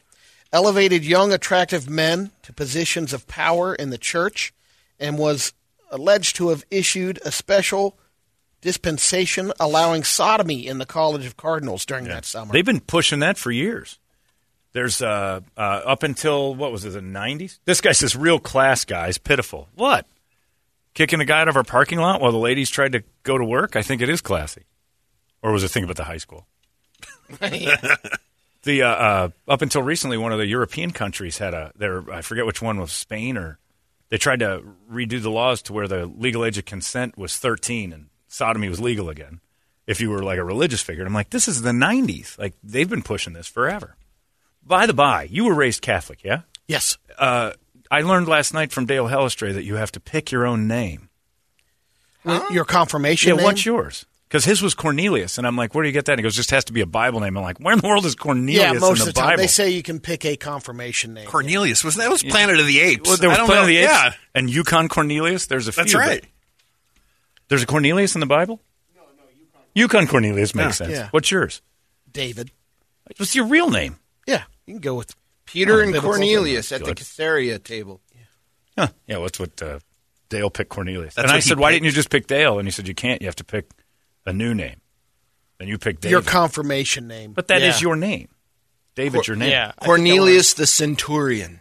S4: Elevated young, attractive men to positions of power in the church, and was alleged to have issued a special dispensation allowing sodomy in the College of Cardinals during that summer.
S2: They've been pushing that for years. There's uh, uh, up until what was it, the '90s? This guy's this real class guy. He's pitiful. What? Kicking a guy out of our parking lot while the ladies tried to go to work. I think it is classy. Or was it thing about the high school? the uh, uh, up until recently, one of the European countries had a their I forget which one was Spain or they tried to redo the laws to where the legal age of consent was 13 and sodomy was legal again if you were like a religious figure. And I'm like, this is the 90s. Like they've been pushing this forever. By the by, you were raised Catholic, yeah?
S4: yes.
S2: Uh, I learned last night from Dale Hellestray that you have to pick your own name.
S4: Well, Your confirmation.
S2: Yeah,
S4: name?
S2: what's yours? Because his was Cornelius, and I'm like, where do you get that? And he goes, just has to be a Bible name. I'm like, where in the world is Cornelius
S4: yeah, most
S2: in the,
S4: of the time
S2: Bible?
S4: they say you can pick a confirmation name.
S5: Cornelius was that was Planet of the Apes.
S2: well, there
S5: I
S2: was
S5: don't
S2: Planet of
S5: know-
S2: the Apes
S5: Yeah,
S2: and Yukon Cornelius. There's a few.
S5: that's
S2: but-
S5: right.
S2: There's a Cornelius in the Bible? No, no, Yukon Cornelius makes sense.
S5: Ah,
S4: Yeah.
S2: What's yours?
S4: David.
S2: What's your real name?
S4: Yeah, you can go with
S3: Peter and
S4: Biblical.
S3: Cornelius at the
S2: Good.
S3: Caesarea table.
S2: Huh. Yeah, what's what uh, Dale picked Cornelius.
S5: That's
S2: and I
S5: what he
S2: said, why
S5: picked.
S2: didn't you just pick Dale? And he said, you can't. You have to pick a new name. Then you picked David.
S4: your confirmation name.
S2: but that is
S4: Yeah.
S2: your name. David's your name.
S8: Yeah. I
S3: Cornelius the centurion.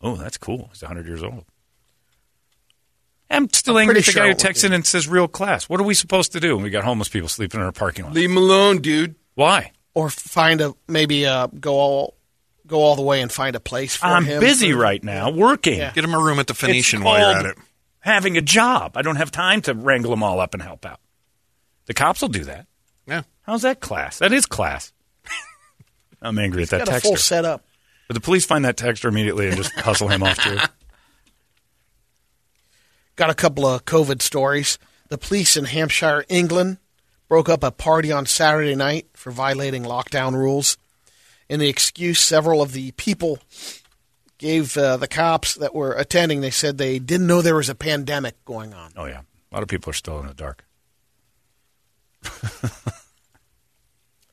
S2: Oh, that's cool. He's 100 years old. I'm still
S4: I'm
S2: angry
S4: pretty
S2: at the
S4: sure
S2: guy who
S4: I won't
S2: texted in and says real class. What are we supposed to do when we got homeless people sleeping in our parking lot?
S3: Leave him alone, dude.
S2: Why?
S4: or find a maybe uh, go all go all the way and find a place for
S2: I'm
S4: him.
S2: busy
S4: for-
S2: right now working.
S4: Yeah.
S5: Get him a room at the
S2: It's
S5: Phoenician while you're
S2: called
S5: at it.
S2: Having a job. I don't have time to wrangle them all up and help out. The cops will do that.
S5: Yeah.
S2: How's that class? That is class. I'm angry at that
S4: Got a full
S2: texter.
S4: setup.
S2: But the police find that texter immediately and just hustle him off too.
S4: Got a couple of COVID stories. The police in Hampshire, England, broke up a party on Saturday night for violating lockdown rules. And the excuse several of the people gave uh, the cops that were attending, they said they didn't know there was a pandemic going on.
S2: Oh yeah, a lot of people are still in the dark.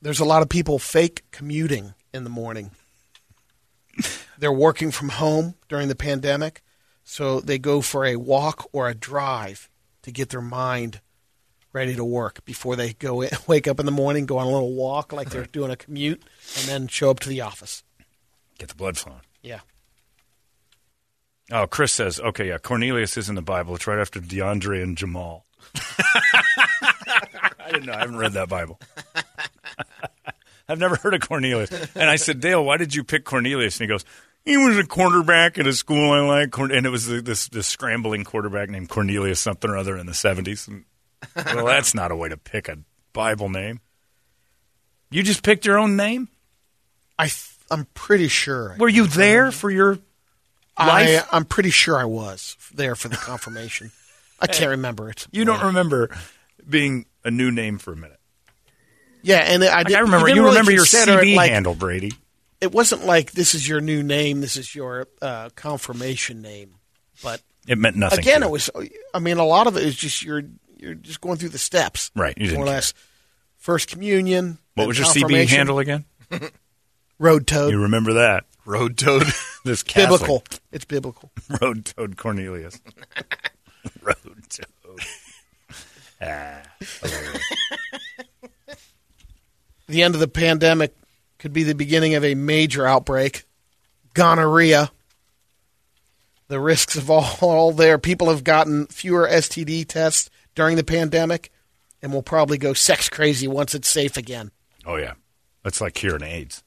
S4: There's a lot of people fake commuting in the morning. They're working from home during the pandemic, so they go for a walk or a drive to get their mind ready to work before they go in, wake up in the morning, go on a little walk like they're doing a commute, and then show up to the office.
S2: Get the blood flowing.
S4: Yeah.
S2: Oh, Chris says, okay, yeah, Cornelius is in the Bible. It's right after DeAndre and Jamal. I didn't know. I haven't read that Bible. I've never heard of Cornelius. And I said, Dale, why did you pick Cornelius? And he goes, he was a quarterback at a school I like, Corn- and it was the- this this scrambling quarterback named Cornelius something or other in the seventies. Well, that's not a way to pick a Bible name. You just picked your own name.
S4: I th- I'm pretty sure.
S2: Were you there for your?
S4: I,
S2: life?
S4: I'm pretty sure I was there for the confirmation. I can't remember it.
S2: You don't remember being a new name for a minute.
S4: Yeah, and I,
S2: Like,
S4: didn't,
S2: I remember.
S4: didn't
S2: You
S4: really
S2: remember your
S4: consider it
S2: CV
S4: like-
S2: handle, Brady.
S4: it wasn't like this is your new name, this is your uh, confirmation name. But
S2: It meant nothing.
S4: again,
S2: to
S4: it
S2: you.
S4: was. I mean, a lot of it is just you're you're just going through the steps,
S2: Right, you didn't
S4: more or
S2: care.
S4: less. First communion.
S2: What
S4: then
S2: was your CB
S4: confirmation,
S2: handle again?
S4: Road toad.
S2: You remember that?
S5: Road toad.
S2: This Catholic
S4: biblical. It's biblical.
S2: road toad Cornelius. road toad. Ah,
S4: The end of the pandemic could be the beginning of a major outbreak. Gonorrhea. The risks of all, all there. People have gotten fewer STD tests during the pandemic, and will probably go sex crazy once it's safe again.
S2: oh yeah, that's like curing AIDS.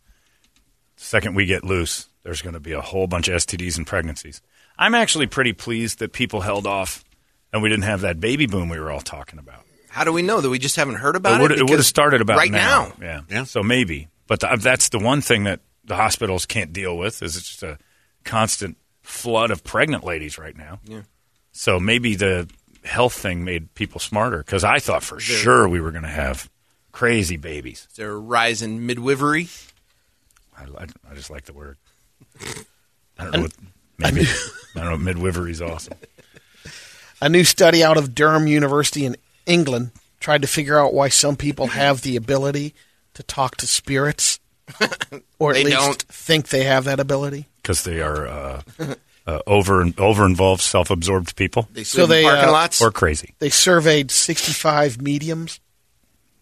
S2: The second we get loose, there's going to be a whole bunch of STDs and pregnancies. I'm actually pretty pleased that people held off, and we didn't have that baby boom we were all talking about.
S3: How do we know that we just haven't heard about
S2: it would
S3: it?
S2: it would have
S3: Because
S2: started about
S3: right
S2: now.
S3: now.
S2: Yeah.
S5: Yeah.
S2: So maybe, but the, uh, that's the one thing that the hospitals can't deal with is it's just a constant flood of pregnant ladies right now. Yeah. So maybe the health thing made people smarter because I thought for sure we were going to have crazy babies.
S3: Is there a rise in midwifery?
S2: I, I, I just like the word. I don't know what maybe. I don't know. Midwifery's awesome.
S4: A new study out of Durham University in England tried to figure out why some people have the ability to talk to spirits, or at
S3: They
S4: least
S3: don't.
S4: think they have that ability.
S2: Because they are uh, uh, over over involved, self absorbed people
S3: They
S4: So
S3: sleep
S4: they,
S3: in parking
S4: uh,
S3: lots.
S2: or crazy,
S4: They surveyed 65 mediums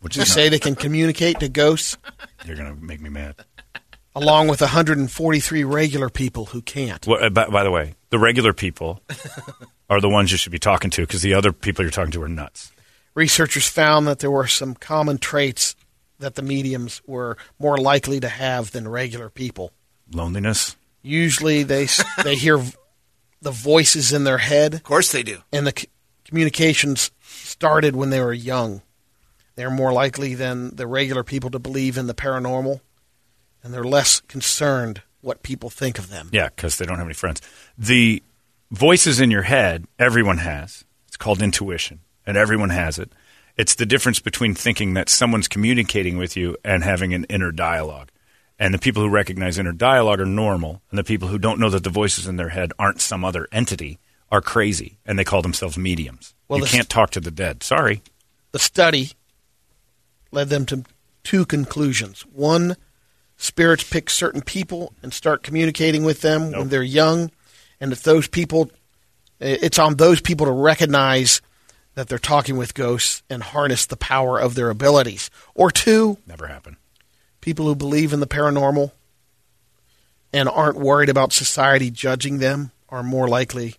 S2: which
S4: who
S2: is
S4: say they can communicate to ghosts,
S2: not, you're going to make me mad.
S4: along with 143 regular people who can't.
S2: Well, uh, by, by the way, the regular people are the ones you should be talking to because the other people you're talking to are nuts.
S4: Researchers found that there were some common traits that the mediums were more likely to have than regular people.
S2: Loneliness.
S4: Usually, they s- they hear v- the voices in their head.
S3: of course they do.
S4: and the c- communications started when they were young. They're more likely than the regular people to believe in the paranormal, and they're less concerned what people think of them.
S2: Yeah, because they don't have any friends. The voices in your head, everyone has. It's called intuition, and everyone has it. It's the difference between thinking that someone's communicating with you and having an inner dialogue. And the people who recognize inner dialogue are normal, and the people who don't know that the voices in their head aren't some other entity are crazy, and they call themselves mediums.
S4: Well,
S2: you
S4: this-
S2: can't talk to the dead. Sorry.
S4: The study led them to two conclusions. One, spirits pick certain people and start communicating with them when they're young, and if those people, it's on those people to recognize that they're talking with ghosts and harness the power of their abilities. Or two,
S2: Never happened.
S4: people who believe in the paranormal and aren't worried about society judging them are more likely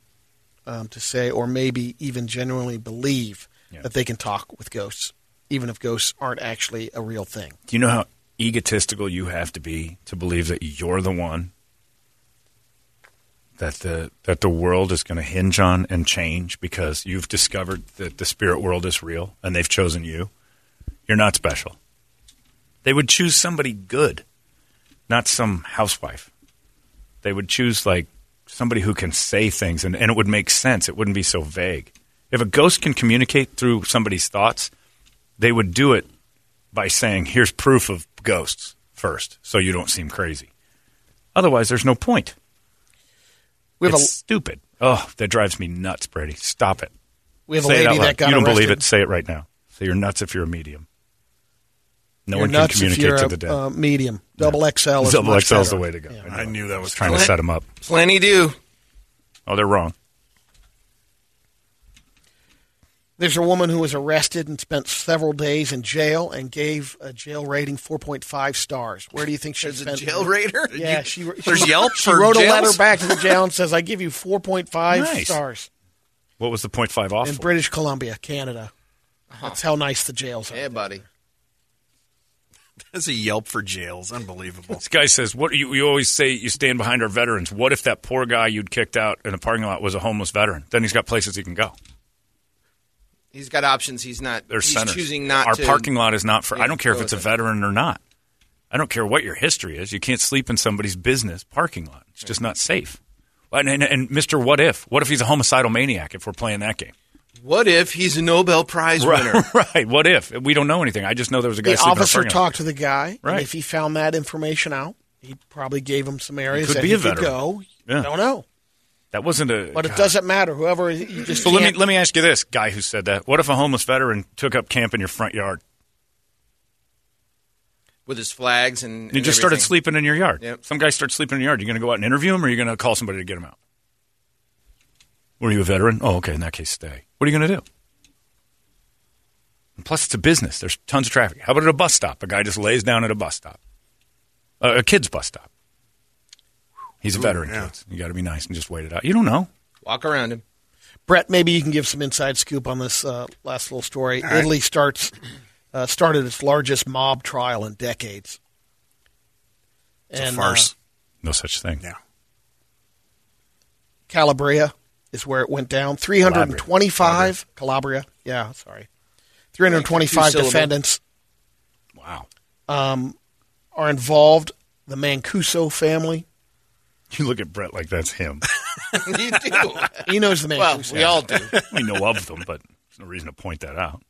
S4: um, to say, or maybe even genuinely believe, that they can talk with ghosts, even if ghosts aren't actually a real thing.
S2: Do you know how egotistical you have to be to believe that you're the one that the that the world is going to hinge on and change because you've discovered that the spirit world is real and they've chosen you? You're not special. They would choose somebody good, not some housewife. They would choose like somebody who can say things and, and it would make sense. It wouldn't be so vague. If a ghost can communicate through somebody's thoughts, they would do it by saying, here's proof of ghosts first, so you don't seem crazy. Otherwise, there's no point.
S4: We have
S2: it's
S4: a
S2: stupid. Oh, that drives me nuts, Brady. Stop it.
S4: we have a
S2: Say it out
S4: lady
S2: loud.
S4: that got
S2: you don't
S4: arrested.
S2: believe it. Say it right now. Say you're nuts if you're a medium. No
S4: You're
S2: one can
S4: nuts if
S2: communicate
S4: you're
S2: to
S4: a,
S2: the dead.
S4: uh, medium. Double XL is
S2: Double
S4: much
S2: XL is the
S4: better.
S2: way to go.
S4: Yeah.
S2: I, knew
S5: that
S2: was trying to set them up.
S3: Plenty do.
S2: Oh, they're wrong.
S4: There's a woman who was arrested and spent several days in jail and gave a jail rating 4.5 stars. Where do you think she
S3: There's a
S4: spent?
S3: jail raider.
S4: Yeah, she, she
S5: There's Yelp
S4: She
S5: for
S4: wrote a
S5: jails?
S4: letter back to the jail and says, "I give you 4.5
S2: Nice.
S4: stars
S2: What was the point five off?
S4: in British Columbia, Canada."
S2: Uh-huh.
S4: That's how nice the jails are.
S3: Hey, buddy.
S5: That's a Yelp for jails. Unbelievable.
S2: This guy says, "What you, you always say? You stand behind our veterans. What if that poor guy you'd kicked out in the parking lot was a homeless veteran? Then he's got places he can go.
S3: He's got options. He's not.
S2: There's
S3: he's
S2: centers.
S3: choosing not
S2: Our
S3: to.
S2: parking lot is not for. I don't care if
S3: go
S2: it's a
S3: with
S2: veteran or not. I don't care what your history is. You can't sleep in somebody's business parking lot. It's just not safe. And, and, and Mr. What if? What if he's a homicidal maniac? If we're playing that game,
S3: What if he's a Nobel Prize winner?
S2: right? right. What if? We don't know anything. I just know there was a guy.
S4: The
S2: sleeping in a
S4: officer
S2: parking lot.
S4: talked to the guy, and
S2: Right.
S4: if he found that information out, he probably gave him some areas
S2: could
S4: that
S2: be
S4: he
S2: a
S4: could
S2: veteran.
S4: go.
S2: Yeah.
S4: Don't know,
S2: That wasn't a.
S4: but it
S2: God.
S4: doesn't matter. Whoever you just
S2: So let me
S4: can't-
S2: let me ask you this guy who said that. What if a homeless veteran took up camp in your front yard?
S3: With his flags and.
S2: You
S3: and
S2: just started
S3: everything.
S2: sleeping in your yard.
S3: Yep.
S2: Some guy starts sleeping in your yard. You're going to go out and interview him, or you're going to call somebody to get him out. Were you a veteran? Oh, okay. In that case, stay. What are you going to do? And plus, it's a business. There's tons of traffic. How about at a bus stop? A guy just lays down at a bus stop, uh, a kid's bus stop. He's a veteran. Kids, you got to be nice and just wait it out. You don't know.
S3: Walk around him.
S4: Brett, maybe you can give some inside scoop on this uh, last little story. Italy starts uh, started its largest mob trial in decades.
S5: It's
S4: And,
S5: a farce.
S4: uh,
S2: No such thing.
S5: yeah.
S4: Calabria is where it went down. 325 Calabria. Yeah, sorry. 325
S3: Two syllable.
S4: defendants um,
S2: Wow.
S4: are involved. The Mancuso family.
S2: You look at Brett like that's him.
S3: you do.
S4: He knows the
S3: Well,
S4: Mancuso.
S3: we all do.
S2: we know of them, but there's no reason to point that out.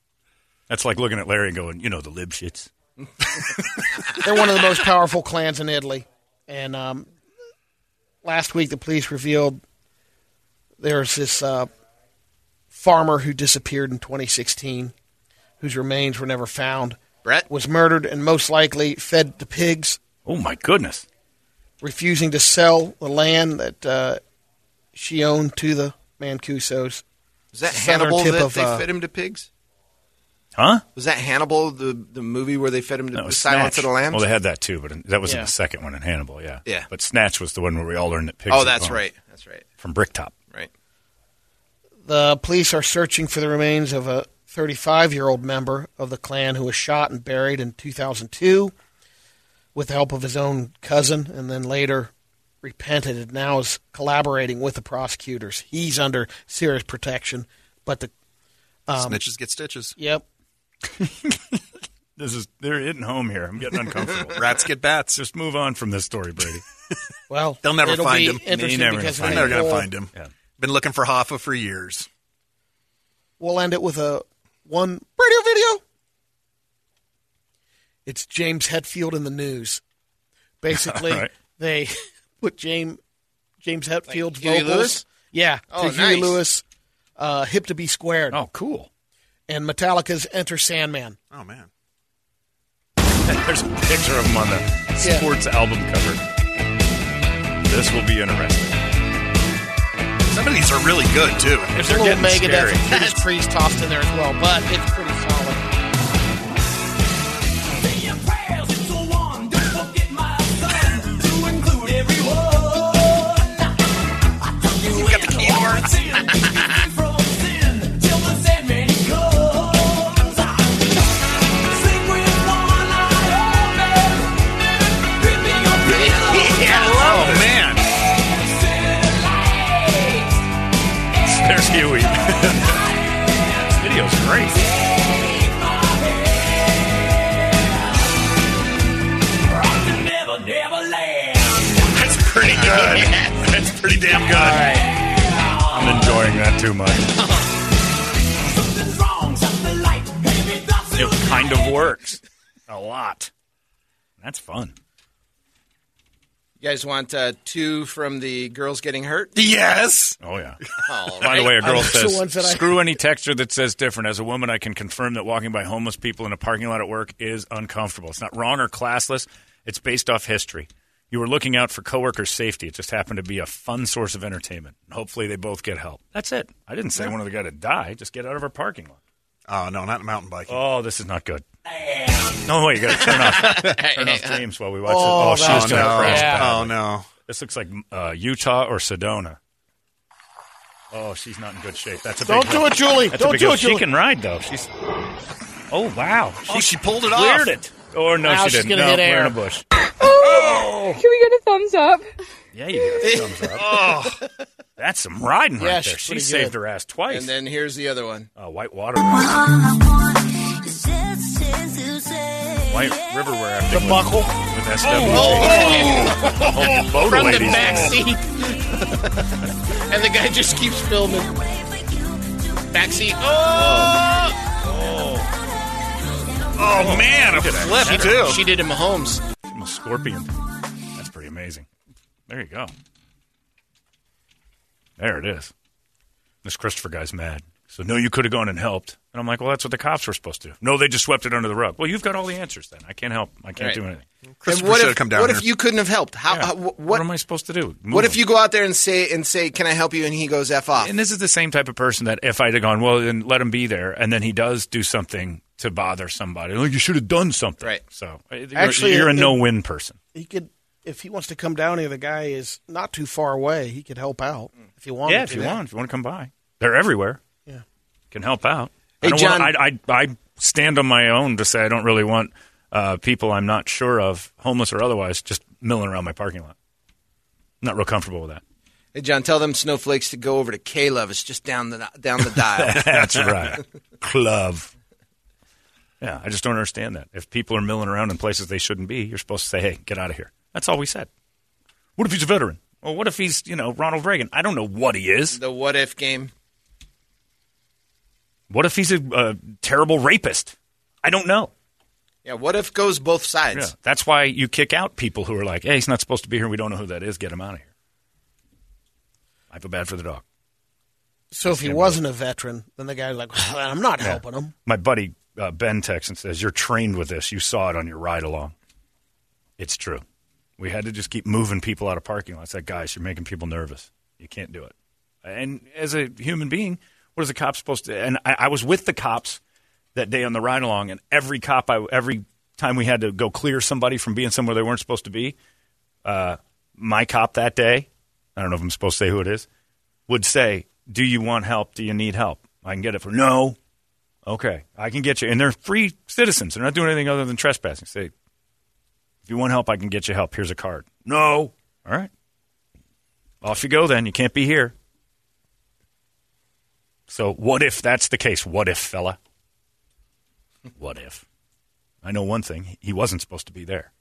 S2: That's like looking at Larry and going, you know, the lib shits.
S4: They're one of the most powerful clans in Italy. And um, last week, the police revealed there's this uh, farmer who disappeared in 2016, whose remains were never found.
S3: Brett?
S4: was murdered and most likely fed to pigs,
S2: Oh my goodness.
S4: refusing to sell the land that uh, she owned to the Mancusos.
S3: Was that
S4: Southern
S3: Hannibal
S4: tip
S3: that
S4: of,
S3: they
S4: uh,
S3: fed him to pigs?
S2: Huh?
S3: Was that Hannibal, the, the movie where they fed him to
S2: That
S3: the
S2: was
S3: Silence
S2: Snatch.
S3: of the Lambs?
S2: Well, they had that too, but that was in
S4: Yeah.
S2: the second one in Hannibal, yeah.
S3: Yeah.
S2: But Snatch was the one where we all learned that pigs.
S3: oh,
S2: eat
S3: that's
S2: bones.
S3: right. That's right.
S2: From Bricktop.
S3: Right.
S4: The police are searching for the remains of a 35 year old member of the clan who was shot and buried in 2002 with the help of his own cousin and then later repented and now is collaborating with the prosecutors. He's under serious protection, but the
S5: Snitches get stitches.
S4: yep,
S2: This is they're hitting home here. I'm getting uncomfortable.
S5: Rats get bats.
S2: Just move on from this story, Brady.
S4: well,
S5: They'll never
S4: it'll
S5: find
S4: be
S5: him. They
S4: Interesting
S2: never
S4: because
S2: gonna
S4: of
S5: I'm
S2: find
S4: the
S5: never going to
S4: whole-
S5: find him.
S2: Yeah.
S5: Been looking for Hoffa for years.
S4: We'll end it with a one radio video. It's James Hetfield in the news. Basically,
S2: All right.
S4: they put James James Hetfield's
S3: Huey
S4: vocals,
S3: Lewis?
S4: yeah,
S3: Oh,
S4: to Huey
S3: nice.
S4: Lewis, uh, "Hip to Be Squared,"
S2: oh, cool.
S4: and Metallica's "Enter Sandman."
S5: Oh, man.
S2: There's a picture of him on the
S4: Yeah.
S2: sports album cover. This will be interesting.
S5: Some of these are really good too.
S2: If
S4: There's a
S2: they're
S4: little
S2: getting
S4: Megadeth
S2: scary.
S4: and Judas Priest tossed in there as well, but it's pretty solid.
S5: Oh man,
S2: There's Huey. This video's great.
S5: that's pretty good. That's pretty damn good.
S2: I'm enjoying that too much. It kind of works a lot. That's fun.
S3: You guys want uh, two from the girls getting hurt?
S5: Yes.
S2: Oh yeah.
S3: All
S2: By the way, a girl
S4: those are
S2: says,
S4: ones that I-
S2: "Screw any texture that says different." As a woman, I can confirm that walking by homeless people in a parking lot at work is uncomfortable. It's not wrong or classless. It's based off history. You were looking out for coworkers' safety. It just happened to be a fun source of entertainment. Hopefully, they both get help. That's it. I didn't say I wanted the guy to die. Just get out of our parking lot.
S5: Oh no, not mountain biking.
S2: Oh, this is not good. No way! You got to turn off, turn off James while we watch
S4: Oh,
S2: this. Oh,
S5: Oh
S2: she's gonna
S5: no.
S2: crash.
S4: Yeah.
S5: Oh no.
S2: This looks like uh, Utah or Sedona. Oh, she's not in good shape. That's a
S4: Don't
S2: big
S4: do
S2: hit.
S4: it, Julie.
S2: That's a
S4: Don't
S2: big
S4: do
S2: hit.
S4: it, Julie.
S2: She can ride though. She's. Oh wow, she
S5: Oh, she pulled it
S2: cleared
S5: off.
S2: it. Or no,
S4: Now
S2: she
S4: she's
S2: didn't.
S4: gonna
S2: no,
S4: hit
S2: we're
S4: air.
S2: in a bush.
S8: Can we get a thumbs up?
S2: Yeah, you got a thumbs up. That's some riding right
S4: Yeah,
S2: there.
S4: she's
S2: She
S4: pretty
S2: saved
S4: good.
S2: her ass twice.
S3: And then here's the other one.
S2: uh, white water, ride. white river where I think
S4: The buckle
S2: with SWC. Oh, boat
S4: from the
S2: ladies.
S4: back seat, and the guy just keeps filming. Back seat. Oh,
S5: Oh man, a flip too.
S4: she did it, Mahomes.
S2: From a scorpion. That's pretty amazing. There you go. There it is. This Christopher guy's mad. So no, you could have gone and helped. And I'm like, well, that's what the cops were supposed to do. No, they just swept it under the rug. Well, you've got all the answers. Then I can't help. I can't
S3: Right.
S2: do anything.
S5: Christopher
S3: what
S5: should
S3: if,
S5: have come down
S3: what
S5: here.
S3: if you couldn't have helped? How?
S2: Yeah.
S3: how- wh-
S2: what
S3: what?
S2: am I supposed to do? Move
S3: What if
S2: him.
S3: you go out there and say and say, "Can I help you?" And he goes, "F off."
S2: And this is the same type of person that if I'd have gone, well, then let him be there, and then he does do something to bother somebody. Like you should have done something.
S3: Right.
S2: So uh, you're-
S4: Actually,
S2: you're a
S4: it-
S2: no-win person.
S4: He could, if he wants to come down here. The guy is not too far away. He could help out
S3: Mm.
S4: if you want.
S2: Yeah, if you want, if you want to come by, they're everywhere.
S4: Yeah.
S2: can help out.
S3: Hey,
S2: I don't
S3: John-
S2: Want, I, I I stand on my own to say I don't really want uh, people I'm not sure of, homeless or otherwise, just milling around my parking lot. Not real comfortable with that.
S3: Hey, John, tell them snowflakes to go over to K Love. It's just down the down the dial.
S2: That's right, club. Yeah, I just don't understand that. If people are milling around in places they shouldn't be, you're supposed to say, "Hey, get out of here." That's all we said. What if he's a veteran? Well, what if he's you know Ronald Reagan? I don't know what he is.
S3: the what if game.
S2: What if he's a, a terrible rapist? I don't know.
S3: Yeah, what if goes both
S2: Yeah,
S3: sides?
S2: that's why you kick out people who are like, "Hey, he's not supposed to be here. We don't know who that is. Get him out of here." I feel bad for the dog.
S4: So if he wasn't a veteran, then the guy's like, I'm not helping him.
S2: My buddy uh, Ben texts and says, "You're trained with this. You saw it on your ride along. It's true. We had to just keep moving people out of parking lots. That guys, you're making people nervous. You can't do it. And as a human being, what is the cop supposed to? And I, I was with the cops that day on the ride along, and every cop, I, every time we had to go clear somebody from being somewhere they weren't supposed to be, uh, my cop that day, I don't know if I'm supposed to say who it is, would say, "Do you want help? Do you need help? I can get it for no." Okay, I can get you. And they're free citizens. They're not doing anything other than trespassing. Say, if you want help, I can get you help. Here's a card. No. All right. Off you go then. You can't be here. So, what if that's the case? What if, fella? What if? I know one thing. He wasn't supposed to be there.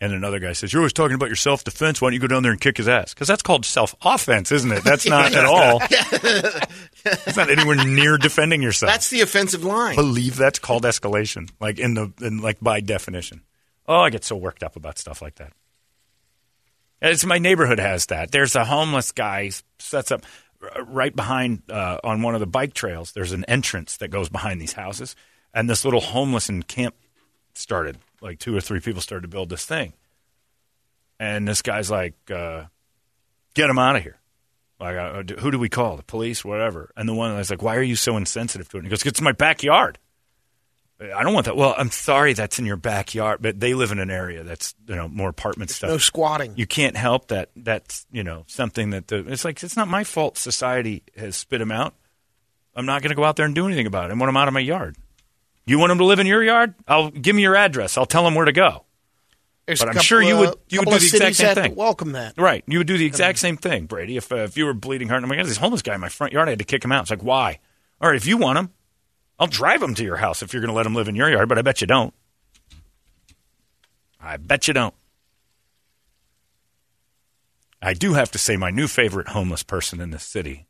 S2: And another guy says, You're always talking about your self defense. Why don't you go down there and kick his ass? Because that's called self offense, isn't it? That's not at all. It's not anywhere near defending yourself
S3: That's the offensive line.
S2: believe that's called escalation, like in the in like by definition. Oh, I get so worked up about stuff like that. It's my neighborhood has that. There's a homeless guy s- sets up r- right behind uh, on one of the bike trails. There's an entrance that goes behind these houses, and this little homeless encampment started. Like two or three people started to build this thing, and this guy's like, uh, "Get him out of here." Like, uh, who do we call? The police, whatever. And the one that's like, "Why are you so insensitive to it?" And he goes, "It's my backyard." I don't want that. Well, I'm sorry, that's in your backyard, but they live in an area that's you know more apartment stuff.
S4: No squatting.
S2: You can't help that. That's you know something that the it's like it's not my fault. Society has spit him out. I'm not going to go out there and do anything about it. I want him out of my yard. You want him to live in your yard? I'll give me your address. I'll tell him where to go.
S4: There's
S2: but
S4: a
S2: I'm
S4: couple
S2: sure you would-
S4: of-
S2: you would
S4: couple
S2: do
S4: of
S2: the exact
S4: cities
S2: same
S4: that
S2: thing.
S4: Welcome that.
S2: Right. You would do the exact same thing, Brady. If uh, if you were bleeding heart, and I'm like, "God, this homeless guy in my front yard, I had to kick him out. It's like, why? All right, if you want him, I'll drive him to your house if you're going to let him live in your yard. But I bet you don't. I bet you don't. I do have to say, my new favorite homeless person in this city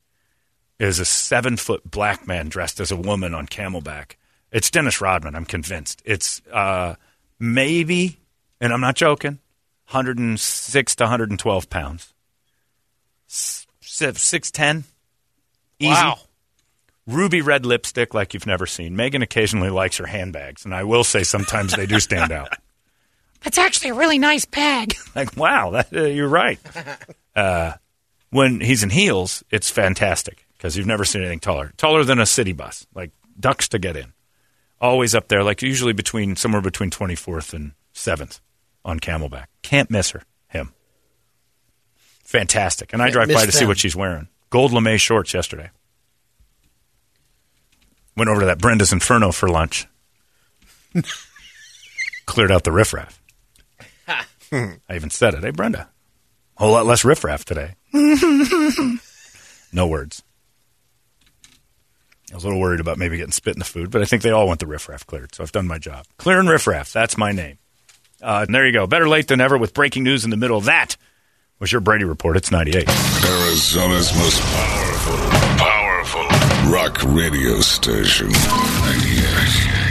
S2: is a seven foot black man dressed as a woman on camelback. It's Dennis Rodman. I'm convinced. It's uh, maybe, and I'm not joking, 106 to 112 pounds. S- Six ten, easy.
S4: Wow.
S2: Ruby red lipstick like you've never seen. Megan occasionally likes her handbags, and I will say sometimes they do stand out.
S9: That's actually a really nice bag.
S2: Like, wow, that, uh, you're right. Uh, when he's in heels, it's fantastic because you've never seen anything taller. Taller than a city bus, like ducks to get in. Always up there, like usually between somewhere between 24th and 7th on Camelback. Can't miss her, him. Fantastic. And I
S4: Can't
S2: drive by
S4: miss
S2: to see
S4: them.
S2: what she's wearing. Gold lame shorts yesterday. Went over to that Brenda's Inferno for lunch. Cleared out the riffraff. I even said it. Hey, Brenda, a whole lot less riffraff today. No words. I was a little worried about maybe getting spit in the food, but I think they all want the riffraff cleared, so I've done my job. Clear and riffraff, that's my name. Uh, and there you go. Better late than ever with breaking news in the middle. That was your Brady Report. It's 98.
S1: Arizona's most powerful, powerful rock radio station. 98.